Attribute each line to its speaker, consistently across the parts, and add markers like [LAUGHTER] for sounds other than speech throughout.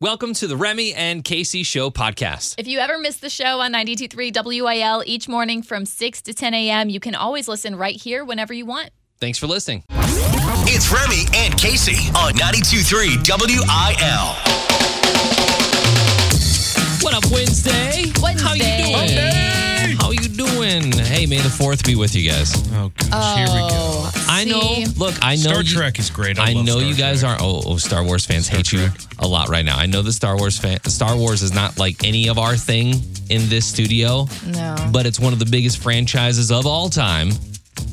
Speaker 1: Welcome to the Remy and Casey Show podcast.
Speaker 2: If you ever miss the show on 923 WIL each morning from 6 to 10 a.m., you can always listen right here whenever you want.
Speaker 1: Thanks for listening.
Speaker 3: It's Remy and Casey on 92.3 WIL.
Speaker 1: What up, Wednesday? How you
Speaker 2: Wednesday.
Speaker 1: doing? How you doing? Hey, may the fourth be with you guys.
Speaker 4: Oh gosh, here we go.
Speaker 2: Oh,
Speaker 1: I know. Look, I know.
Speaker 4: Star
Speaker 1: Uh, you-
Speaker 4: Trek is great. I,
Speaker 1: I,
Speaker 4: love
Speaker 1: know
Speaker 4: Star
Speaker 1: you guys
Speaker 4: Trek.
Speaker 1: are. Oh, oh, Star Wars fans hate
Speaker 4: Trek.
Speaker 1: you a lot right now. I know the Star Wars fan. Star Wars is not like any of our thing in this studio,
Speaker 2: No.
Speaker 1: but it's one of the biggest franchises of all time.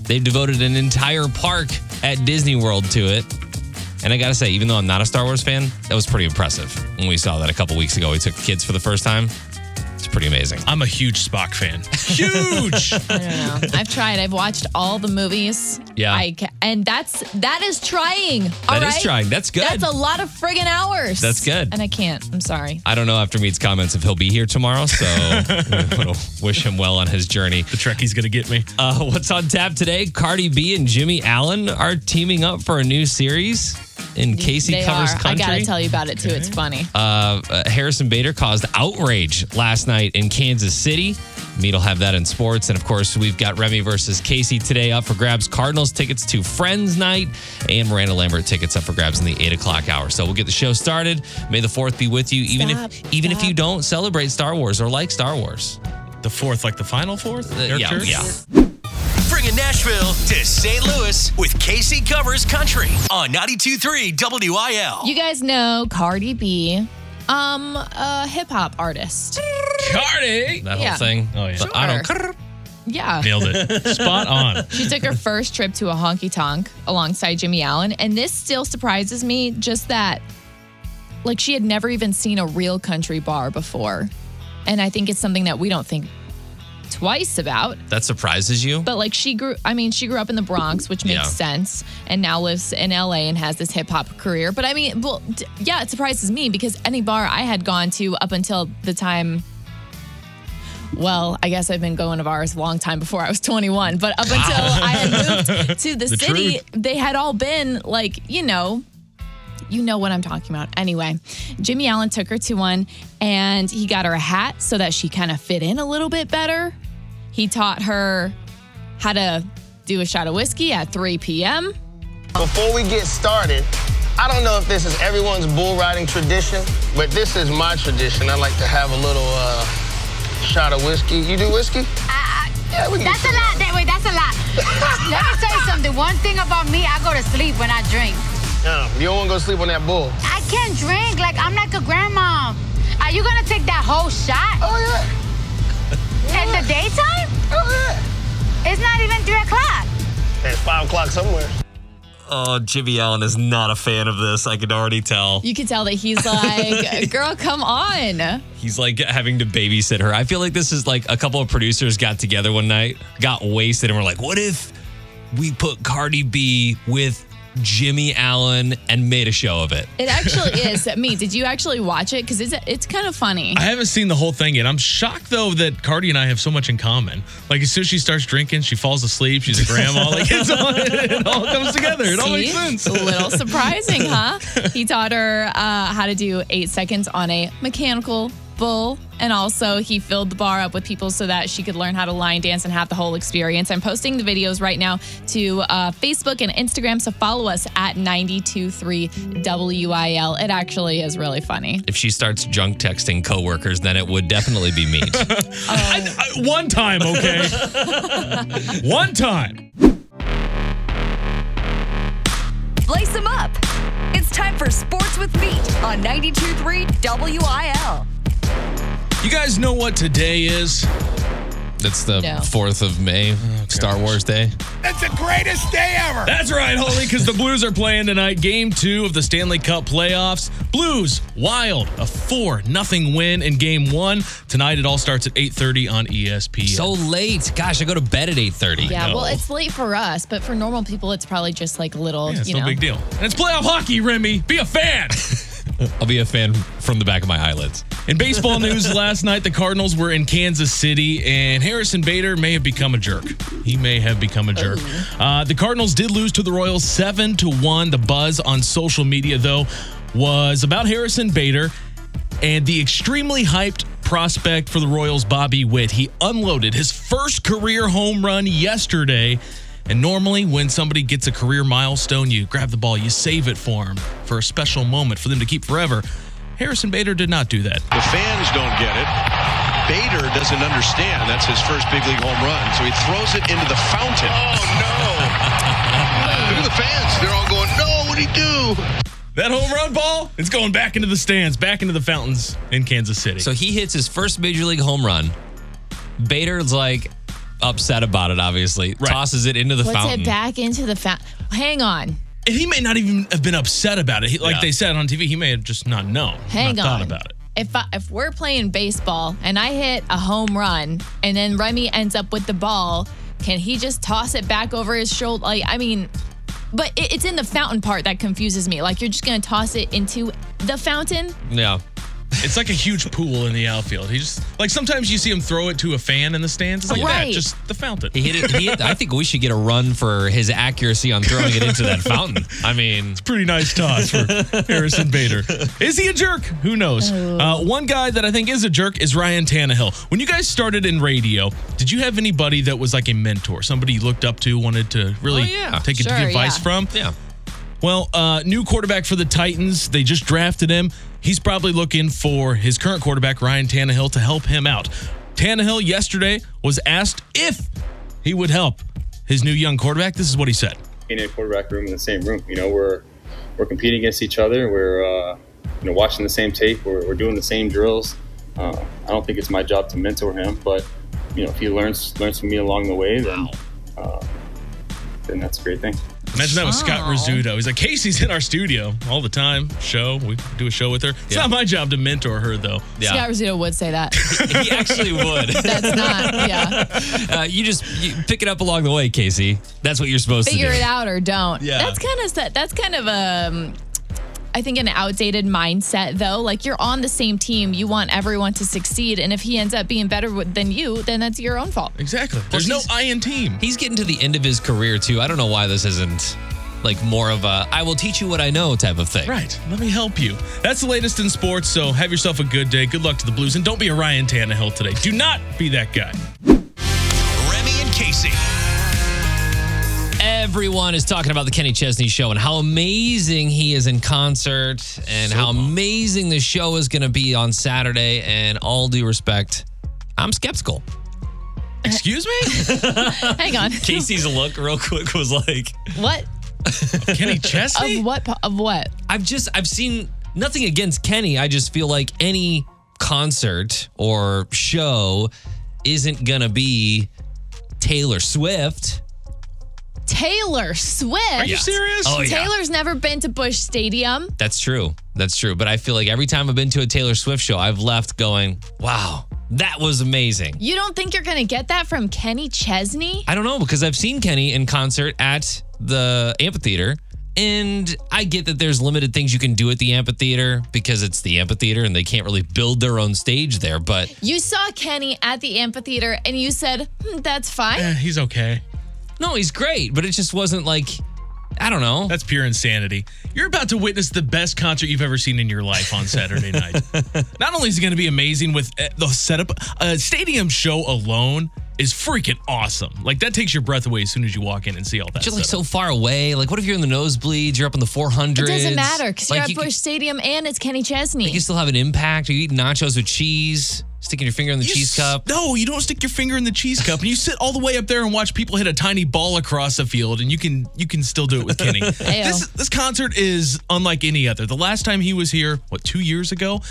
Speaker 1: They've devoted an entire park at Disney World to it. And I gotta say, even though I'm not a Star Wars fan, that was pretty impressive when we saw that a couple weeks ago. We took kids for the first time. It's pretty amazing.
Speaker 4: I'm a huge Spock fan.
Speaker 1: [LAUGHS]
Speaker 4: Huge.
Speaker 2: I don't know. I've tried. I've watched all the movies.
Speaker 1: Yeah.
Speaker 2: I ca- and that's that is trying. All
Speaker 1: That is
Speaker 2: right?
Speaker 1: trying. That's good.
Speaker 2: That's a lot of friggin' hours.
Speaker 1: That's good.
Speaker 2: And I can't. I'm sorry.
Speaker 1: I don't know after Mead's comments if he'll be here tomorrow, so I'm gonna wish him well on his journey.
Speaker 4: the Trekkie's gonna get me.
Speaker 1: Uh, what's on tap today? Cardi B and Jimmy Allen are teaming up for a new series in Casey
Speaker 2: they
Speaker 1: Covers
Speaker 2: are.
Speaker 1: Country.
Speaker 2: I gotta tell you about it too. It's funny.
Speaker 1: Uh, uh, Harrison Bader caused outrage last night in Kansas City. Meat will have that in sports. And of course, we've got Remy versus Casey today up for grabs. Cardinals tickets to Friends Night and Miranda Lambert tickets up for grabs in the eight o'clock hour. So we'll get the show started. May the fourth be with you, even
Speaker 2: Stop,
Speaker 1: if even if
Speaker 2: stop.
Speaker 1: you don't celebrate Star Wars or like Star Wars.
Speaker 4: The fourth, like the final fourth.
Speaker 1: Uh,
Speaker 4: Eric
Speaker 1: yeah,
Speaker 4: Church?
Speaker 1: yeah.
Speaker 3: Bringing Nashville to St. Louis with Casey Covers Country on 92.3 WIL.
Speaker 2: you guys know Cardi B, um, a hip hop artist.
Speaker 4: Cardi.
Speaker 1: That
Speaker 2: Yeah.
Speaker 1: whole thing.
Speaker 4: Oh, yeah.
Speaker 1: But I don't.
Speaker 2: Yeah.
Speaker 4: Nailed it. Spot on.
Speaker 2: She took her first trip to a honky tonk alongside Jimmy Allen. And this still surprises me just that, like, she had never even seen a real country bar before. And I think it's something that we don't think twice about.
Speaker 1: That surprises you.
Speaker 2: But, like, she grew, I mean, she grew up in the Bronx, which makes
Speaker 1: Yeah.
Speaker 2: sense, and now lives in LA and has this hip hop career. But I mean, well, d- yeah, it surprises me because any bar I had gone to up until the time. Well, I guess I've been going to bars a long time before I was 21, but up until I had moved to the, city,
Speaker 4: truth.
Speaker 2: they had all been like, you know, you know what I'm talking about. Anyway, Jimmy Allen took her to one and he got her a hat so that she kind of fit in a little bit better. He taught her how to do a shot of whiskey at 3 p.m.
Speaker 5: Before we get started, I don't know if this is everyone's bull riding tradition, but this is my tradition. I like to have a little uh, shot of whiskey. You do whiskey? Yeah, we can
Speaker 6: That's a lot. That way, that's a lot. Let me tell you something. One thing about me, I go to sleep when I drink.
Speaker 5: No, you don't want to go sleep on that bull.
Speaker 6: I can't drink. Like I'm like a grandma. Are you gonna take that whole shot
Speaker 5: Oh yeah,
Speaker 6: in the daytime?
Speaker 5: oh
Speaker 6: It's not even three o'clock.
Speaker 5: yeah. It's five o'clock somewhere.
Speaker 1: Oh, Jimmy Allen is not a fan of this. I can already tell.
Speaker 2: You can tell that he's like, girl, come on.
Speaker 1: He's like having to babysit her. I feel like this is like a couple of producers got together one night, got wasted, and were like, what if we put Cardi B with Jimmy Allen and made a show of it?
Speaker 2: It actually is. Me, did you actually watch it? Because it's, it's kind of funny.
Speaker 4: I haven't seen the whole thing yet. I'm shocked though that Cardi and I have so much in common. Like as soon as she starts drinking, she falls asleep. She's
Speaker 1: [LAUGHS]
Speaker 4: a grandma. Like it's all, it all comes together. It all makes
Speaker 2: See?
Speaker 4: sense.
Speaker 2: A [LAUGHS] little surprising, huh? He taught her uh, how to do eight seconds on a mechanical bull. And also, he filled the bar up with people so that she could learn how to line dance and have the whole experience. I'm posting the videos right now to uh, Facebook and Instagram, so follow us at 923 WIL. It actually is really funny.
Speaker 1: If she starts junk texting coworkers, then it would definitely be [LAUGHS] me.
Speaker 4: I- I- Uh, one
Speaker 1: [LAUGHS]
Speaker 4: time, okay. one time.
Speaker 7: Lace them up. It's time for Sports with Meat on 92.3 WIL.
Speaker 4: You guys know what today is?
Speaker 1: That's the
Speaker 2: No.
Speaker 1: 4th of May, Star Wars Day.
Speaker 4: That's right, Holy, because the Blues are playing tonight. Game two of the Stanley Cup playoffs. Blues wild, a four nothing win in game one tonight. It all starts at eight thirty on E ESPN.
Speaker 1: So late. Gosh, I go to bed at 8.30.
Speaker 2: Yeah, well, it's late for us, but for normal people, it's probably just like little,
Speaker 4: yeah, it's
Speaker 2: you
Speaker 4: no
Speaker 2: know.
Speaker 4: big deal. And it's playoff hockey, Remy. Be a fan.
Speaker 1: I'll be a fan from the back of my eyelids.
Speaker 4: in baseball news last night, the Cardinals were in Kansas City, and Harrison Bader may have become a jerk. He may have become a jerk. Uh, the Cardinals did lose to the Royals seven to one. The buzz on social media though was about Harrison Bader and the extremely hyped prospect for the Royals, Bobby Witt. He unloaded his first career home run yesterday. And normally, when somebody gets a career milestone, you grab the ball, you save it for them for a special moment for them to keep forever. Harrison Bader did not do that.
Speaker 8: The fans don't get it. Bader doesn't understand. That's his first big league home run. So he throws it into the fountain.
Speaker 5: Oh
Speaker 8: [LAUGHS]
Speaker 5: no! Look at the fans. They're all going, "No, what would he do?"
Speaker 4: That home run ball, it's going back into the stands, back into the fountains in Kansas City.
Speaker 1: So he hits his first major league home run. Bader's like upset about it, obviously.
Speaker 4: Right.
Speaker 1: Tosses it into the
Speaker 2: Puts
Speaker 1: fountain.
Speaker 2: it back into the fountain. Hang on.
Speaker 4: And he may not even have been upset about it. He, like
Speaker 1: Yeah.
Speaker 4: they said on TV, he may have just not known.
Speaker 2: Hang
Speaker 4: not
Speaker 2: on.
Speaker 4: Thought about it.
Speaker 2: If I, if we're playing baseball and I hit a home run and then Remy ends up with the ball, can he just toss it back over his shoulder? Like I mean, but it, it's in the fountain part that confuses me. Like you're just gonna toss it into the fountain?
Speaker 1: Yeah.
Speaker 4: It's like a huge pool in the outfield. He just like sometimes you see him throw it to a fan in the stands. It's like that,
Speaker 2: Right.
Speaker 4: just the fountain.
Speaker 1: He hit it. He hit, I think we should get a run for his accuracy on throwing it into that fountain. I mean,
Speaker 4: pretty nice toss for
Speaker 1: [LAUGHS]
Speaker 4: Harrison Bader. Is he a jerk? Who knows? Uh, one guy that I think is a jerk is Ryan Tannehill. When you guys started in radio, did you have anybody that was like a mentor, somebody you looked up to, wanted to really
Speaker 1: Oh, yeah.
Speaker 4: take
Speaker 2: Sure,
Speaker 4: advice
Speaker 2: yeah.
Speaker 4: from?
Speaker 1: yeah.
Speaker 4: Well, uh, new quarterback for the Titans. They just drafted him. He's probably looking for his current quarterback, Ryan Tannehill, to help him out. Tannehill yesterday was asked if he would help his new young quarterback. This is what he said.
Speaker 9: in a quarterback room in the same room. You know, we're we're competing against each other. We're uh, you know watching the same tape. We're, we're doing the same drills. Uh, I don't think it's my job to mentor him, but you know, if he learns learns from me along the way, then uh, then that's a great thing.
Speaker 4: Imagine that was Scott
Speaker 2: Wow.
Speaker 4: Rizzuto. He's like, Casey's in our studio all the time. Show. We do a show with her. It's
Speaker 1: Yeah.
Speaker 4: not my job to mentor her, though.
Speaker 1: Yeah.
Speaker 2: Scott Rizzuto would say that.
Speaker 1: He actually would.
Speaker 2: That's not. Yeah.
Speaker 1: [LAUGHS] Uh, you just you pick it up along the way, Casey. That's what you're supposed
Speaker 2: figure
Speaker 1: to do.
Speaker 2: it out or don't.
Speaker 1: Yeah.
Speaker 2: That's kind of set. That's kind of um, I think an outdated mindset though. Like you're on the same team, you want everyone to succeed, and if he ends up being better with- than you, then that's your own fault.
Speaker 4: Exactly. There's no
Speaker 1: he's-
Speaker 4: I in team.
Speaker 1: He's getting to the end of his career too. I don't know why this isn't like more of a I will teach you what I know type of thing.
Speaker 4: Right. Let me help you. That's the latest in sports, so have yourself a good day. Good luck to the Blues, and don't be a Ryan Tannehill today. Do not be that guy.
Speaker 3: Remy and Casey.
Speaker 1: Everyone is talking about the Kenny Chesney show and how amazing he is in concert and how amazing the show is going to be on Saturday. And all due respect, I'm skeptical. [LAUGHS]
Speaker 4: Excuse me?
Speaker 2: Hang on.
Speaker 1: Casey's look, real quick, was like,
Speaker 2: [LAUGHS] what
Speaker 4: Kenny Chesney?
Speaker 2: of what po- of what?
Speaker 1: I've just I've seen nothing against Kenny. I just feel like any concert or show isn't gonna be Taylor Swift.
Speaker 2: Taylor Swift.
Speaker 4: Are you serious?
Speaker 1: Oh, yeah.
Speaker 2: Taylor's never been to Bush Stadium.
Speaker 1: That's true. That's true. But I feel like every time I've been to a Taylor Swift show, I've left going, "Wow, that was amazing."
Speaker 2: You don't think you're gonna get that from Kenny Chesney?
Speaker 1: I don't know because I've seen Kenny in concert at the amphitheater. And I get that there's limited things you can do at the amphitheater because it's the amphitheater and they can't really build their own stage there. But
Speaker 2: You saw Kenny at the amphitheater and you said, hmm, that's fine.
Speaker 4: Eh, he's okay.
Speaker 1: No, he's great, but it just wasn't like I don't know.
Speaker 4: That's pure insanity. You're about to witness the best concert you've ever seen in your life on Saturday night. Not only is it going to be amazing with uh, the setup, a stadium show alone is freaking awesome. Like that takes your breath away as soon as you walk in and see all that.
Speaker 1: You're like
Speaker 4: setup.
Speaker 1: so far away. Like, what if you're in the nosebleeds? You're up in the 400s.
Speaker 2: It doesn't matter because
Speaker 1: Like,
Speaker 2: you're at
Speaker 1: you,
Speaker 2: Bush Stadium and it's Kenny Chesney.
Speaker 1: You still have an impact. You eat nachos with cheese, sticking your finger in the
Speaker 4: You
Speaker 1: cheese
Speaker 4: s-
Speaker 1: cup.
Speaker 4: No, you don't stick your finger in the cheese cup, and you sit all the way up there and watch people hit a tiny ball across the field, and you can you can still do it with [LAUGHS] Kenny. this this concert is unlike any other. The last time he was here, what two years ago,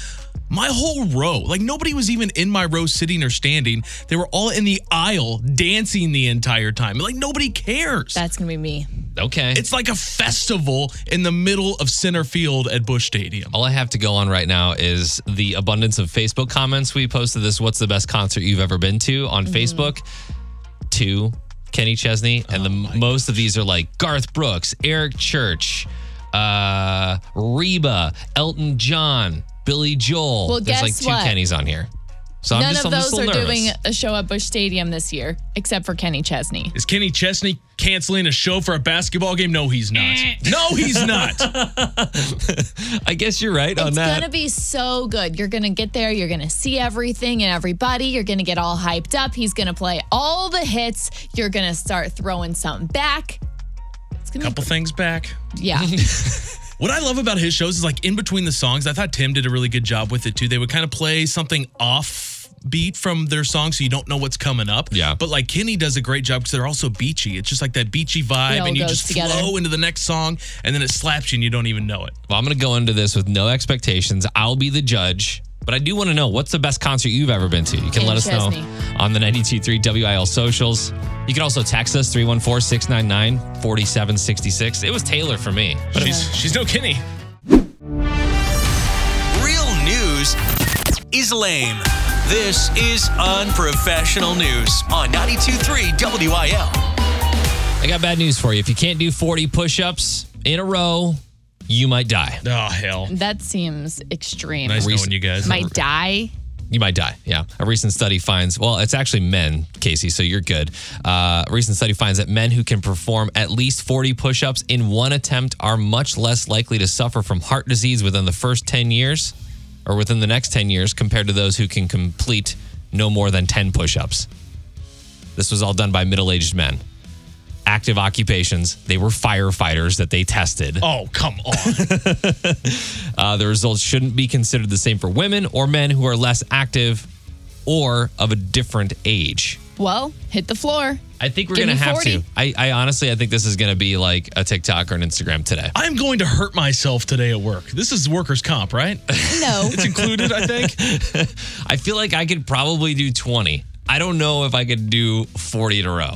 Speaker 4: my whole row, like nobody was even in my row sitting or standing. They were all in the aisle dancing the entire time. Like nobody cares.
Speaker 2: That's gonna be me.
Speaker 1: Okay.
Speaker 4: it's like a festival in the middle of center field at Bush Stadium.
Speaker 1: all I have to go on right now is the abundance of Facebook comments we posted this what's the best concert you've ever been to on
Speaker 2: Mm-hmm.
Speaker 1: Facebook to Kenny Chesney and the most of these are like Garth Brooks, Eric Church, uh Reba, Elton John, Billy Joel.
Speaker 2: Well,
Speaker 1: There's
Speaker 2: guess
Speaker 1: like two
Speaker 2: what?
Speaker 1: Kennys on here. So I'm
Speaker 2: None
Speaker 1: just
Speaker 2: of
Speaker 1: a
Speaker 2: those
Speaker 1: little
Speaker 2: are
Speaker 1: nervous. [LAUGHS]
Speaker 2: doing a show at Bush Stadium this year, except for Kenny Chesney.
Speaker 4: Is Kenny Chesney canceling a show for a basketball game? No, he's not. [LAUGHS] no, he's not.
Speaker 1: I guess you're right on
Speaker 2: It's
Speaker 1: that.
Speaker 2: gonna be so good. You're gonna get there. You're gonna see everything and everybody. You're gonna get all hyped up. He's gonna play all the hits. You're gonna start throwing something back. It's gonna
Speaker 4: Couple things back.
Speaker 2: be
Speaker 4: [LAUGHS]
Speaker 2: yeah.
Speaker 4: What I love about his shows is like in between the songs, I thought Tim did a really good job with it too. They would kind of play something off beat from their song so you don't know what's coming up.
Speaker 1: Yeah.
Speaker 4: But like Kenny does a great job because they're also beachy. It's just like that beachy vibe
Speaker 2: all
Speaker 4: and you
Speaker 2: goes
Speaker 4: just
Speaker 2: together.
Speaker 4: flow into the next song and then it slaps you and you don't even know it.
Speaker 1: Well, I'm going to go into this with no expectations. I'll be the judge, but I do want to know what's the best concert you've ever been to? You can
Speaker 2: Kenny
Speaker 1: let us
Speaker 2: Chesney.
Speaker 1: know on the 923 WIL socials. You can also text us 314 699 4766. It was Taylor for me. But
Speaker 4: She's she's no Kenny.
Speaker 3: Real news is lame. This is unprofessional news on 923 WIL.
Speaker 1: I got bad news for you. If you can't do 40 push ups in a row, you might die.
Speaker 4: Oh hell.
Speaker 2: That seems extreme.
Speaker 4: Nice
Speaker 1: Reese-
Speaker 4: knowing you guys.
Speaker 2: Might die.
Speaker 1: You might die. Yeah. A recent study finds, well, it's actually men, Casey, so you're good. Uh, a recent study finds that men who can perform at least 40 push ups in one attempt are much less likely to suffer from heart disease within the first 10 years or within the next 10 years compared to those who can complete no more than 10 push ups. This was all done by middle aged men. Active occupations. They were firefighters that they tested.
Speaker 4: Oh, come [LAUGHS] on.
Speaker 1: Uh, the results shouldn't be considered the same for women or men who are less active or of a different age.
Speaker 2: Well, hit the floor.
Speaker 1: I think we're
Speaker 2: Give
Speaker 1: going to
Speaker 2: me
Speaker 1: have
Speaker 2: 40.
Speaker 1: to. I, I honestly, I think this is going to be like a TikTok or an Instagram today. [LAUGHS]
Speaker 4: I'm going to hurt myself today at work. This is workers' comp, right?
Speaker 2: No.
Speaker 4: [LAUGHS] It's included, I think.
Speaker 1: [LAUGHS] I feel like I could probably do 20. I don't know if I could do 40 in a row.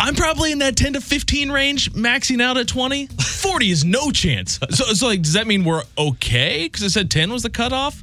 Speaker 4: I'm probably in that 10 to 15 range, maxing out at 20. 40 is no chance. So, so like, does that mean we're okay? Because it said 10 was the cutoff.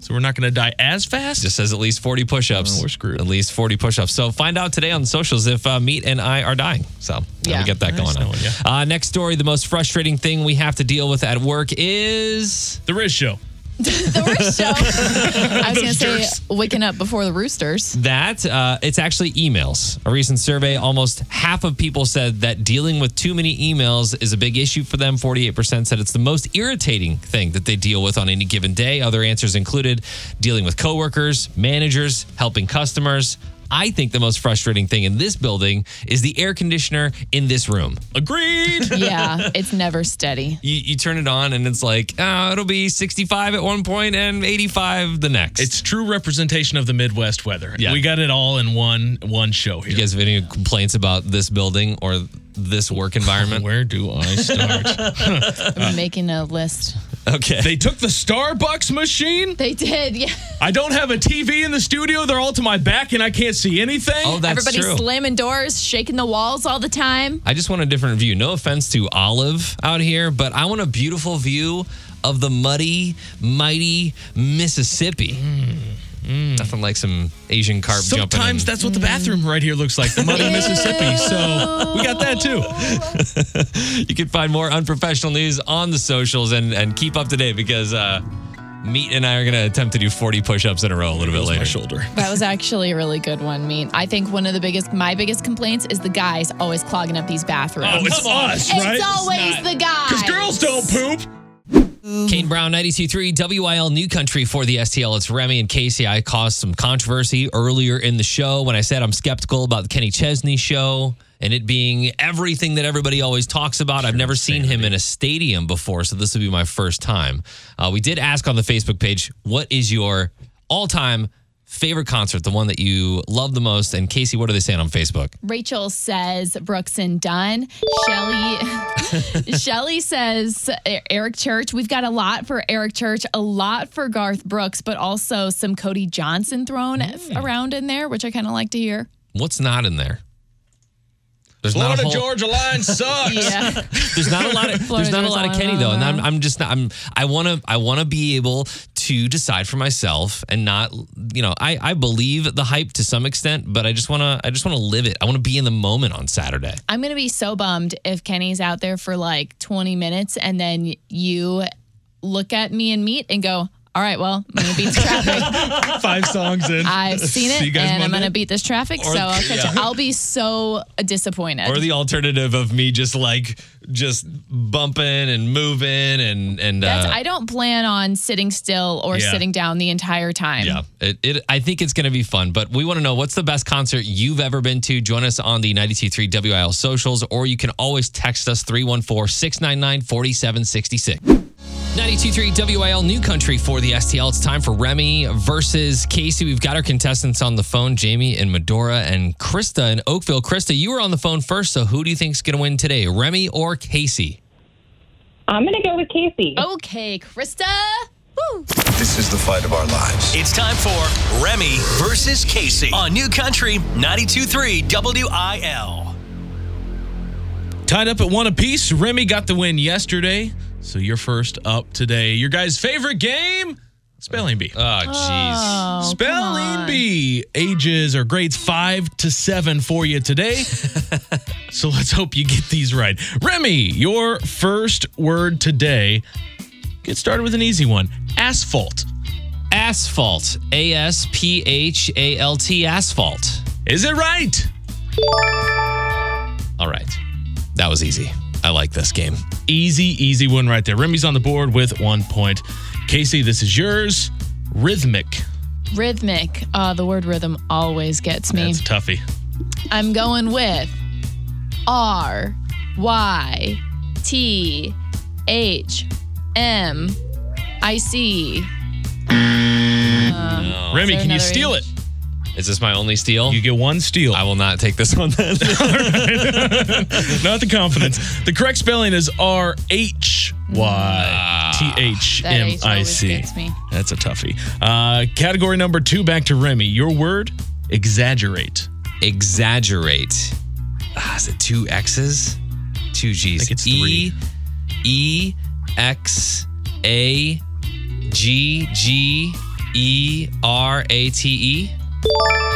Speaker 4: So we're not going to die as fast.
Speaker 1: Just says at least 40 push ups.
Speaker 4: Oh, we're screwed.
Speaker 1: At least 40 push ups. So find out today on socials if uh, Meat and I are dying. So yeah.
Speaker 2: Yeah.
Speaker 1: we get that
Speaker 4: Nice
Speaker 1: going on.
Speaker 4: knowing ya.
Speaker 1: uh, next story the most frustrating thing we have to deal with at work is.
Speaker 4: the Riz show.
Speaker 2: the worst
Speaker 4: [LAUGHS]
Speaker 2: show. I was gonna say
Speaker 4: jerks.
Speaker 2: waking up before the roosters.
Speaker 1: that uh, it's actually emails. A recent survey, almost half of people said that dealing with too many emails is a big issue for them. 48% said it's the most irritating thing that they deal with on any given day. Other answers included dealing with coworkers, managers, helping customers. I think the most frustrating thing in this building is the air conditioner in this room.
Speaker 4: Agreed.
Speaker 2: Yeah, it's never steady.
Speaker 1: [LAUGHS] You, you turn it on and it's like, oh, it'll be 65 at one point and 85 the next.
Speaker 4: it's true representation of the Midwest weather.
Speaker 1: Yeah.
Speaker 4: We got it all in one one show here.
Speaker 1: you guys have any complaints about this building or this work environment?
Speaker 4: [LAUGHS] Where do I start?
Speaker 2: I'm making a list.
Speaker 1: Okay.
Speaker 4: they took the Starbucks machine.
Speaker 2: They did. Yeah.
Speaker 4: I don't have a TV in the studio. They're all to my back and I can't see anything.
Speaker 1: [LAUGHS] Oh, that's
Speaker 2: Everybody's
Speaker 1: true.
Speaker 2: slamming doors, shaking the walls all the time.
Speaker 1: I just want a different view. No offense to Olive out here, but I want a beautiful view of the muddy, mighty Mississippi. Nothing like some Asian carp jumping.
Speaker 4: Mm, Sometimes
Speaker 1: in.
Speaker 4: that's what the bathroom right here looks like, the mud in Mississippi. So we got that too.
Speaker 1: you can find more unprofessional news on the socials and and keep up to date because uh, Meat and I are gonna attempt to do 40 push-ups in a row a little bit
Speaker 4: It's my
Speaker 1: later.
Speaker 4: shoulder.
Speaker 2: That was actually a really good one. I mean, I think one of the biggest, my biggest complaints is the guys always clogging up these bathrooms.
Speaker 4: Oh, it's us, right?
Speaker 2: It's always the guys.
Speaker 4: Because girls don't poop.
Speaker 1: Kane Brown, 92.3 WIL New Country for the STL. It's Remy and Casey. I caused some controversy earlier in the show when I said I'm skeptical about the Kenny Chesney show and it being everything that everybody always talks about. I've never seen him in a stadium before, so this will be my first time. Uh, we did ask on the Facebook page, what is your all-time favorite concert, the one that you love the most? And Casey, what are they saying on Facebook?
Speaker 2: Rachel says Brooks and Dunn. Shelly [LAUGHS] Shelly says E- Eric Church. We've got a lot for Eric Church, a lot for Garth Brooks, but also some Cody Johnson thrown
Speaker 4: Mm.
Speaker 2: around in there, which I kind of like to hear.
Speaker 1: What's not in there? There's not a
Speaker 4: Florida
Speaker 1: whole-
Speaker 4: Georgia line sucks.
Speaker 2: Yeah.
Speaker 1: There's not a lot of there's
Speaker 2: Florida
Speaker 1: not a lot of
Speaker 2: Georgia
Speaker 1: Kenny
Speaker 2: line,
Speaker 1: though, and
Speaker 2: uh-huh.
Speaker 1: I'm, I'm just not, I'm I want to I want to be able to decide for myself and not you know I I believe the hype to some extent, but I just want to I just want to live it. I want to be in the moment on Saturday.
Speaker 2: I'm gonna be so bummed if Kenny's out there for like 20 minutes and then you look at me and meet and go, all right, well, I'm going to beat the
Speaker 1: [LAUGHS]
Speaker 2: traffic.
Speaker 4: Five songs in.
Speaker 2: I've seen
Speaker 4: See you
Speaker 2: it,
Speaker 4: guys
Speaker 2: and I'm
Speaker 4: Monday.
Speaker 2: going to beat this traffic.
Speaker 1: Or-
Speaker 2: so I'll catch
Speaker 1: yeah.
Speaker 2: you. I'll be so disappointed.
Speaker 1: Or the alternative of me just like just bumping and moving and and
Speaker 2: That's,
Speaker 1: uh,
Speaker 2: I don't plan on sitting still or
Speaker 4: Yeah.
Speaker 2: sitting down the entire time.
Speaker 1: yeah, it, it, I think it's going to be fun, but we want to know what's the best concert you've ever been to. Join us on the 923 WIL socials, or you can always text us 314 699 4766. 923 WIL New Country for the STL. It's time for Remy versus Casey. We've got our contestants on the phone Jamie in Medora and Krista in Oakville. Krista, you were on the phone first, so who do you think's going to win today, Remy or Casey?
Speaker 10: I'm gonna go with Casey.
Speaker 2: Okay, Krista. Woo.
Speaker 11: This is the fight of our lives.
Speaker 3: It's time for Remy versus Casey on New Country 92.3 WIL.
Speaker 4: [LAUGHS] Tied up at one apiece. Remy got the win yesterday, so you're first up today. Your guys' favorite game? Spelling Bee.
Speaker 1: Oh, jeez.
Speaker 4: Ah.
Speaker 2: Oh, come
Speaker 4: Spelling
Speaker 2: on.
Speaker 4: Bee ages or grades five to seven for you today.
Speaker 2: [LAUGHS]
Speaker 4: so let's hope you get these right. Remy, your first word today. Get started with an easy one asphalt.
Speaker 1: Asphalt. A S P H A L T. Asphalt.
Speaker 4: Is it right?
Speaker 1: All right. That was easy. I like this game.
Speaker 4: Easy, easy one right there. Remy's on the board with one point. Casey, this is yours. Rhythmic.
Speaker 2: Rhythmic. Uh, the word rhythm always gets me.
Speaker 4: That's a toughie.
Speaker 2: I'm going with R Y T H M I C.
Speaker 4: Remy,
Speaker 2: there
Speaker 4: can you
Speaker 2: another
Speaker 4: steal
Speaker 2: H?
Speaker 4: it?
Speaker 1: Is this my only steal?
Speaker 4: You get one steal.
Speaker 1: I will not take this one [LAUGHS] then.
Speaker 4: Not the confidence. The correct spelling is R H Y T H M I
Speaker 2: That H
Speaker 4: C.
Speaker 2: always gets me.
Speaker 4: That's a toughie. Uh, category number two, back to Remy. Your word, exaggerate.
Speaker 1: Exaggerate. Ah, is it two X's? Two G's.
Speaker 4: think it's
Speaker 1: E E X A G G E R A T E.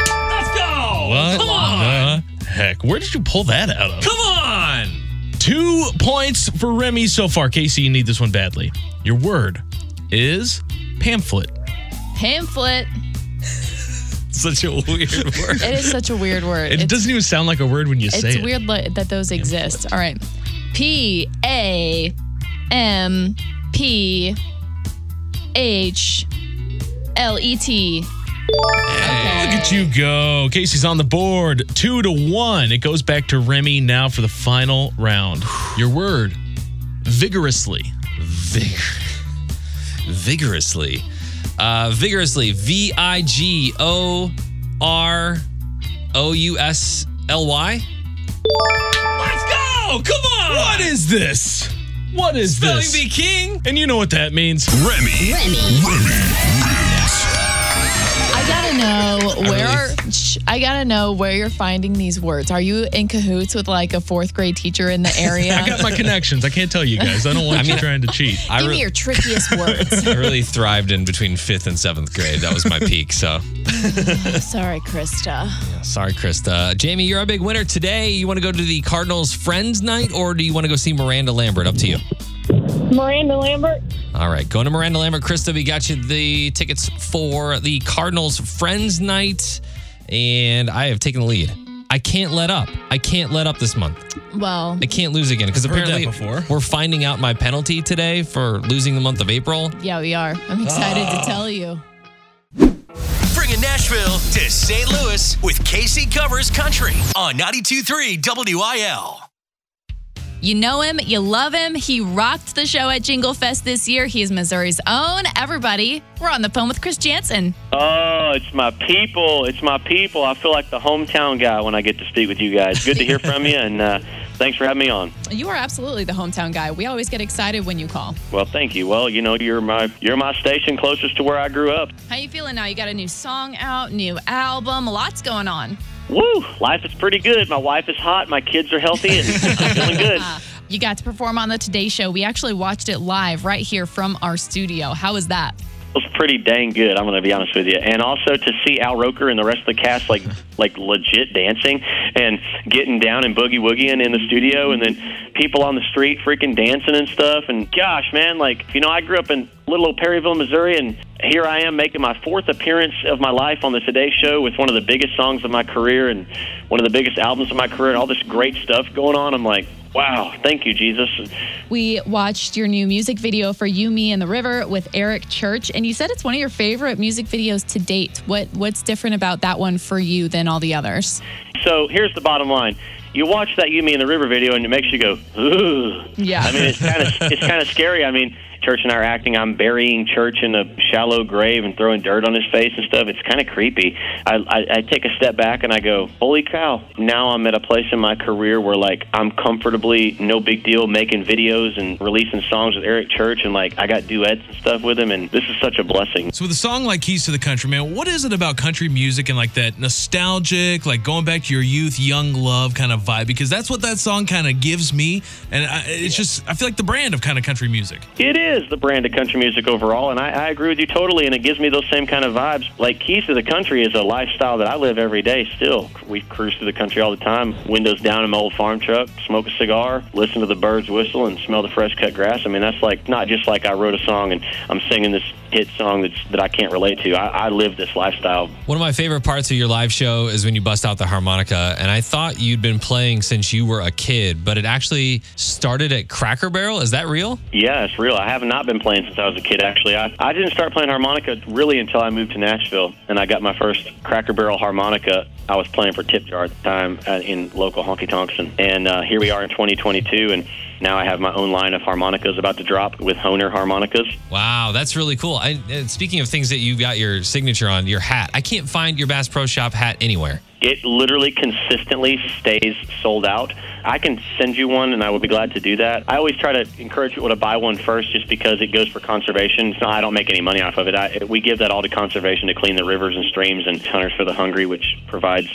Speaker 4: What Come on. the heck? Where did you pull that out of?
Speaker 1: Come on.
Speaker 4: Two points for Remy so far. Casey, you need this one badly. Your word is pamphlet.
Speaker 2: Pamphlet.
Speaker 1: Such a
Speaker 4: [LAUGHS]
Speaker 1: weird word.
Speaker 2: It is such a weird word.
Speaker 4: It
Speaker 2: It's-
Speaker 4: doesn't even sound like a word when you say
Speaker 2: It's
Speaker 4: it.
Speaker 2: weird li- that those exist. All right. P A M P H L E T.
Speaker 4: Look at you go. Casey's on the board. Two to one. It goes back to Remy now for the final round. Your word, vigorously.
Speaker 1: vigorously. Uh, vigorously. V I G O R O U S L Y.
Speaker 4: Let's
Speaker 10: Oh,
Speaker 4: go. Come on. What is this? What is this?
Speaker 1: Spelling Bee King.
Speaker 4: And you know what that means.
Speaker 11: Remy.
Speaker 2: I gotta know where. Shh, I gotta know where you're finding these words. Are you in cahoots with like a fourth grade teacher
Speaker 4: [LAUGHS]
Speaker 2: in the area?
Speaker 4: I got my connections. I can't tell you guys. I
Speaker 10: [LAUGHS]
Speaker 4: don't want you trying to cheat.
Speaker 2: Give
Speaker 1: re-
Speaker 2: me your trickiest [LAUGHS] words.
Speaker 1: I really thrived in between fifth and seventh grade. That was my peak. So
Speaker 2: Sorry, Krista.
Speaker 1: sorry, Krista. Jamie, you're a big winner today. You want to go to the Cardinals Friends Night or do you want to go see Miranda Lambert? Up to you.
Speaker 10: Miranda Lambert.
Speaker 1: All right, going to Miranda Lambert. Krista, we got you the tickets for the Cardinals Friends Night. And I have taken the lead. I can't let up. I can't let up this month.
Speaker 2: Well,
Speaker 1: I can't lose again because
Speaker 4: Heard that
Speaker 1: apparently
Speaker 4: before.
Speaker 1: we're finding out my penalty today for losing the month of April.
Speaker 2: yeah, we are. I'm excited
Speaker 4: Ah.
Speaker 2: to tell you.
Speaker 3: Bringing Nashville to St. Louis with Casey Covers Country on 92.3 WIL.
Speaker 2: You know him, you love him. He rocked the show at Jingle Fest this year. He is Missouri's own. Everybody, we're on the phone with Chris Jansen.
Speaker 10: Oh, it's my people. It's my people. I feel like the hometown guy when I get to speak with you guys. Good to hear from you, and uh, thanks for having me on.
Speaker 2: You are absolutely the hometown guy. We always get excited when you call.
Speaker 10: Well, thank you. Well, you know, you're my you're my station closest to where I grew up.
Speaker 2: How you feeling now? You got a new song out, new album, lots going on.
Speaker 10: Woo! Life is pretty good. My wife is hot. My kids are healthy, and I'm feeling good.
Speaker 2: You got to perform on the Today Show. We actually watched it live right here from our studio. How was that?
Speaker 10: feels pretty dang good. I'm going to be honest with you. And also to see Al Roker and the rest of the cast like like legit dancing and getting down and boogie woogieing in the studio, and then people on the street freaking dancing and stuff. And gosh, man, like you know, I grew up in
Speaker 4: little old Perryville, Missouri, and here I am making my fourth appearance of my life on the Today Show with one of the biggest songs of my career and one of the biggest albums of my career, and all this great stuff going on. I'm like, wow, thank you, Jesus.
Speaker 2: We watched your new music video for "You, Me, and the River" with Eric Church, and you said it's one of your favorite music videos to date. What what's different about that one for you than all the others?
Speaker 4: So here's the bottom line. You watch that You Me and the River video and it makes you go, ooh.
Speaker 2: Yeah.
Speaker 4: I mean, it's kind of it's kind of scary. I mean, Church and I are acting. I'm burying Church in a shallow grave and throwing dirt on his face and stuff. It's kind of creepy. I, I I take a step back and I go, holy cow! Now I'm at a place in my career where like I'm comfortably no big deal making videos and releasing songs with Eric Church and like I got duets and stuff with him and this is such a blessing.
Speaker 12: So with a song like Keys to the Country, man, what is it about country music and like that nostalgic, like going back to your youth, young love kind of vibe? Because that's what that song kind of gives me, and I, it's just I feel like the brand of kind of country music.
Speaker 4: It is the brand of country music overall, and I, I agree with you totally. And it gives me those same kind of vibes. Like Keys to the Country is a lifestyle that I live every day. Still, we cruise through the country all the time. Windows down in my old farm truck, smoke a cigar, listen to the birds whistle, and smell the fresh cut grass. I mean, that's like not just like I wrote a song and I'm singing this hit song that's that I can't relate to. I, I live this lifestyle
Speaker 1: One of my favorite parts of your live show is when you bust out the harmonica, and I thought you'd been playing since you were a kid, but it actually started at Cracker Barrel. Is that real?
Speaker 4: Yeah, it's real. I have not been playing since I was a kid, actually. I, I didn't start playing harmonica really until I moved to Nashville and I got my first Cracker Barrel harmonica. I was playing for Tip Jar at the time uh, in local honky tonks. And, and uh, here we are in 2022, and now I have my own line of harmonicas about to drop with Honer harmonicas.
Speaker 1: Wow, that's really cool. I, and speaking of things that you got your signature on, your hat, I can't find your Bass Pro Shop hat anywhere.
Speaker 4: It literally consistently stays sold out. I can send you one, and I would be glad to do that. I always try to encourage people to buy one first, just because it goes for conservation. So I don't make any money off of it. I, we give that all to conservation to clean the rivers and streams, and Hunters for the Hungry, which provides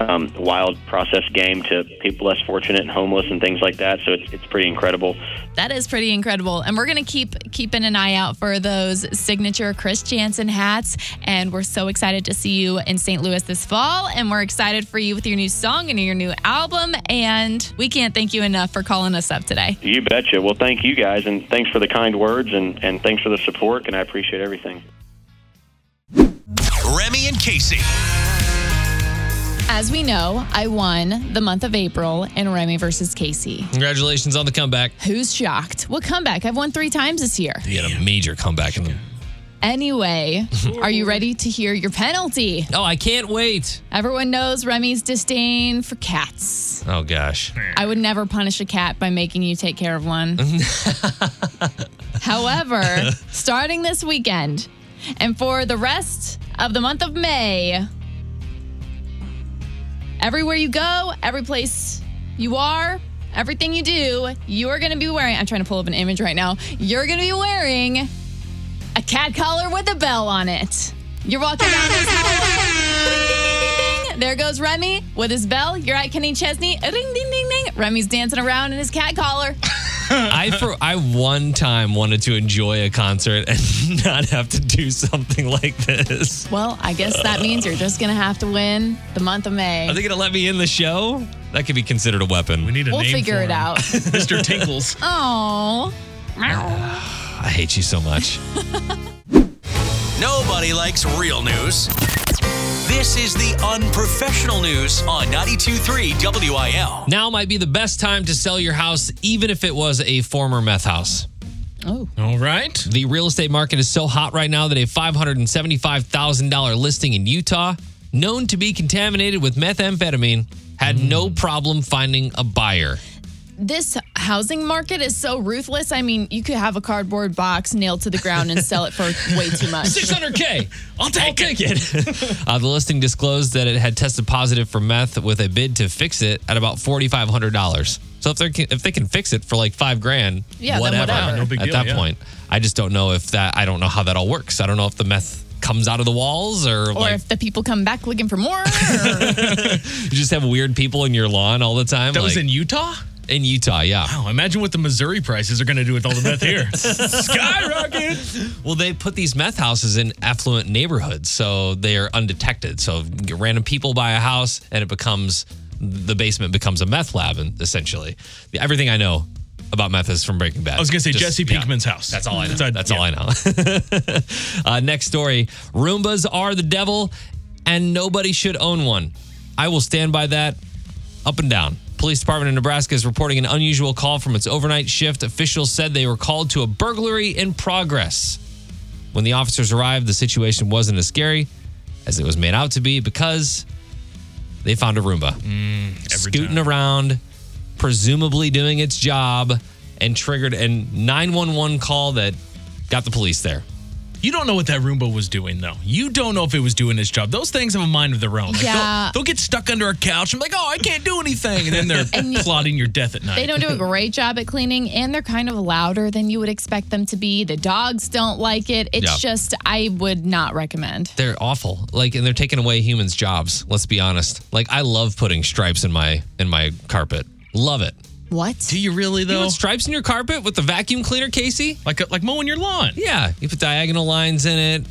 Speaker 4: um, wild processed game to people less fortunate and homeless and things like that. So it's, it's pretty incredible.
Speaker 2: That is pretty incredible. And we're going to keep keeping an eye out for those signature Chris Jansen hats. And we're so excited to see you in St. Louis this fall. And we're excited for you with your new song and your new album. And we can't thank you enough for calling us up today.
Speaker 4: You betcha. Well, thank you guys, and thanks for the kind words, and, and thanks for the support, and I appreciate everything.
Speaker 3: Remy and Casey.
Speaker 2: As we know, I won the month of April in Remy versus Casey.
Speaker 1: Congratulations on the comeback.
Speaker 2: Who's shocked? What comeback? I've won three times this year.
Speaker 1: You had a major comeback in the.
Speaker 2: Anyway, are you ready to hear your penalty?
Speaker 1: Oh, I can't wait.
Speaker 2: Everyone knows Remy's disdain for cats.
Speaker 1: Oh, gosh.
Speaker 2: I would never punish a cat by making you take care of one. However, starting this weekend and for the rest of the month of May, everywhere you go, every place you are, everything you do, you are going to be wearing. I'm trying to pull up an image right now. You're going to be wearing a cat collar with a bell on it. You're walking down this hallway. Ding, ding, ding, ding, ding. There goes Remy with his bell. You're at Kenny Chesney. Ring, ding, ding, ding. Remy's dancing around in his cat collar.
Speaker 1: I for I one time wanted to enjoy a concert and [LAUGHS] not have to do something like this.
Speaker 2: Well, I guess that means you're just going to have to win the month of May.
Speaker 1: Are they gonna let me in the show? That could be considered a weapon. We need
Speaker 2: We'll figure
Speaker 1: [LAUGHS]
Speaker 2: it out.
Speaker 1: Mr.
Speaker 2: [LAUGHS]
Speaker 1: Tinkles.
Speaker 2: Oh.
Speaker 1: I hate you so much.
Speaker 3: Nobody likes real news. This is the unprofessional news on 92.3 WIL.
Speaker 1: Now might be the best time to sell your house, even if it was a former meth house.
Speaker 2: Oh.
Speaker 1: All right. The real estate market is so hot right now that a $575,000 listing in Utah, known to be contaminated with methamphetamine, had no problem finding a buyer.
Speaker 2: This housing market is so ruthless. I mean, you could have a cardboard box nailed to the ground and sell it
Speaker 1: [LAUGHS]
Speaker 2: for way too much.
Speaker 1: 600K. I'll take it. Uh, the listing disclosed that it had tested positive for meth with a bid to fix it at about $4,500. So if they can, if they can fix it for like five grand,
Speaker 2: Yeah, then
Speaker 1: whatever.
Speaker 2: whatever. No big
Speaker 1: at
Speaker 2: deal,
Speaker 1: that
Speaker 2: yeah.
Speaker 1: point, I just don't know if that. I don't know how that all works. I don't know if the meth comes out of the walls or,
Speaker 2: Or
Speaker 1: like
Speaker 2: if the people come back looking
Speaker 1: [LAUGHS]
Speaker 2: for more.
Speaker 1: you just have weird people in your lawn all the time.
Speaker 12: That was
Speaker 1: like-
Speaker 12: in Utah.
Speaker 1: In Utah, yeah.
Speaker 12: Wow, imagine what the Missouri prices are going to do with all the meth
Speaker 1: [LAUGHS]
Speaker 12: here. Skyrocket.
Speaker 1: Well, they put these meth houses in affluent neighborhoods, so they are undetected. So random people buy a house, and it becomes the basement becomes a meth lab, and essentially everything I know about Methus from Breaking Bad.
Speaker 4: I was gonna say
Speaker 1: Just-
Speaker 4: Jesse
Speaker 1: yeah.
Speaker 4: Pinkman's house.
Speaker 1: That's all I know.
Speaker 4: It's a-
Speaker 1: That's
Speaker 4: yeah.
Speaker 1: all I know. [LAUGHS] uh, next story Roombas are the devil, and nobody should own one. I will stand by that up and down. Police Department in Nebraska is reporting an unusual call from its overnight shift. Officials said they were called to a burglary in progress. When the officers arrived, the situation wasn't as scary as it was made out to be because they found a Roomba scooting around, presumably doing its job, and triggered a 911 call that got the police there.
Speaker 4: You don't know what that Roomba was doing, though. You don't know if it was doing its job. Those things have a mind of their own. Like,
Speaker 2: Yeah.
Speaker 4: They'll, they'll get stuck under a couch and be like, oh, I can't do anything. And then they're plotting your death at night.
Speaker 2: They don't do a great job at cleaning, and they're kind of louder than you would expect them to be. The dogs don't like it. It's
Speaker 1: Yeah.
Speaker 2: just, I would not recommend.
Speaker 1: They're awful. Like, and they're taking away humans' jobs. Let's be honest. Like, I love putting stripes in my in my carpet. Love it.
Speaker 2: What?
Speaker 1: Do you really though? You put stripes in your carpet with the vacuum cleaner, Casey?
Speaker 4: Like like mowing your lawn.
Speaker 1: Yeah, you put diagonal lines in it,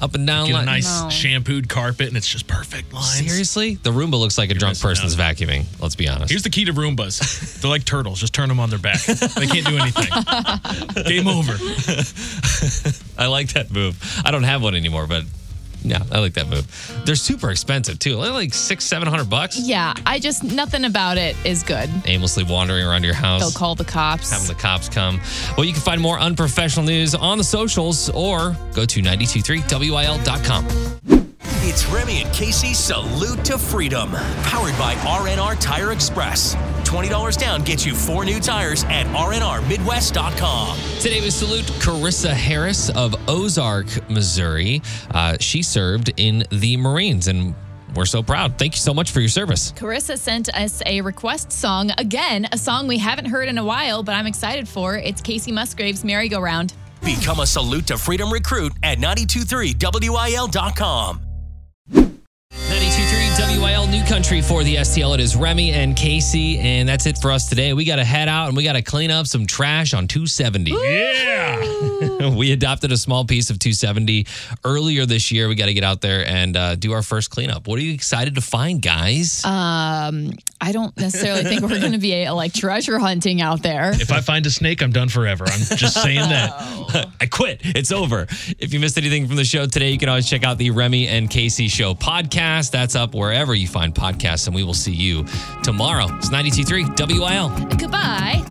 Speaker 1: up and down
Speaker 4: Get a
Speaker 1: line-
Speaker 4: nice shampooed carpet and it's just perfect lines.
Speaker 1: Seriously, the Roomba looks like a drunk person's vacuuming. Let's be honest.
Speaker 4: Here's the key to Roombas. They're like turtles. Just turn them on their back. They
Speaker 1: [LAUGHS]
Speaker 4: can't do anything. Game over.
Speaker 1: [LAUGHS] I like that move. I don't have one anymore, but yeah, I like that move. They're super expensive too. They're like six, seven hundred bucks.
Speaker 2: Yeah, I just, nothing about it is good.
Speaker 1: Aimlessly wandering around your house.
Speaker 2: They'll call the cops.
Speaker 1: Having the cops come. Well, you can find more unprofessional news on the socials or go to 923wil.com.
Speaker 3: It's Remy and Casey Salute to Freedom, powered by RNR Tire Express. $20 down gets you four new tires at rnrmidwest.com.
Speaker 1: Today we salute Carissa Harris of Ozark, Missouri. Uh, she served in the Marines, and we're so proud. Thank you so much for your service.
Speaker 2: Carissa sent us a request song again, a song we haven't heard in a while, but I'm excited for. It's Casey Musgrave's Merry Go Round.
Speaker 3: Become a Salute to Freedom recruit at 923wil.com.
Speaker 1: 923 WIL New Country for the STL. It is Remy and Casey, and that's it for us today. We got to head out and we got to clean up some trash on 270. Yeah. [LAUGHS] we adopted a small piece of 270 earlier this year. We got to get out there and uh, do our first cleanup. What are you excited to find, guys?
Speaker 2: Um, I don't necessarily think we're going to be uh, like treasure hunting out there.
Speaker 4: If I find a snake, I'm done forever. I'm just saying that.
Speaker 1: [LAUGHS] I quit. It's over. If you missed anything from the show today, you can always check out the Remy and Casey Show podcast. That's up wherever you find podcasts, and we will see you tomorrow. It's 923 WIL.
Speaker 2: Goodbye.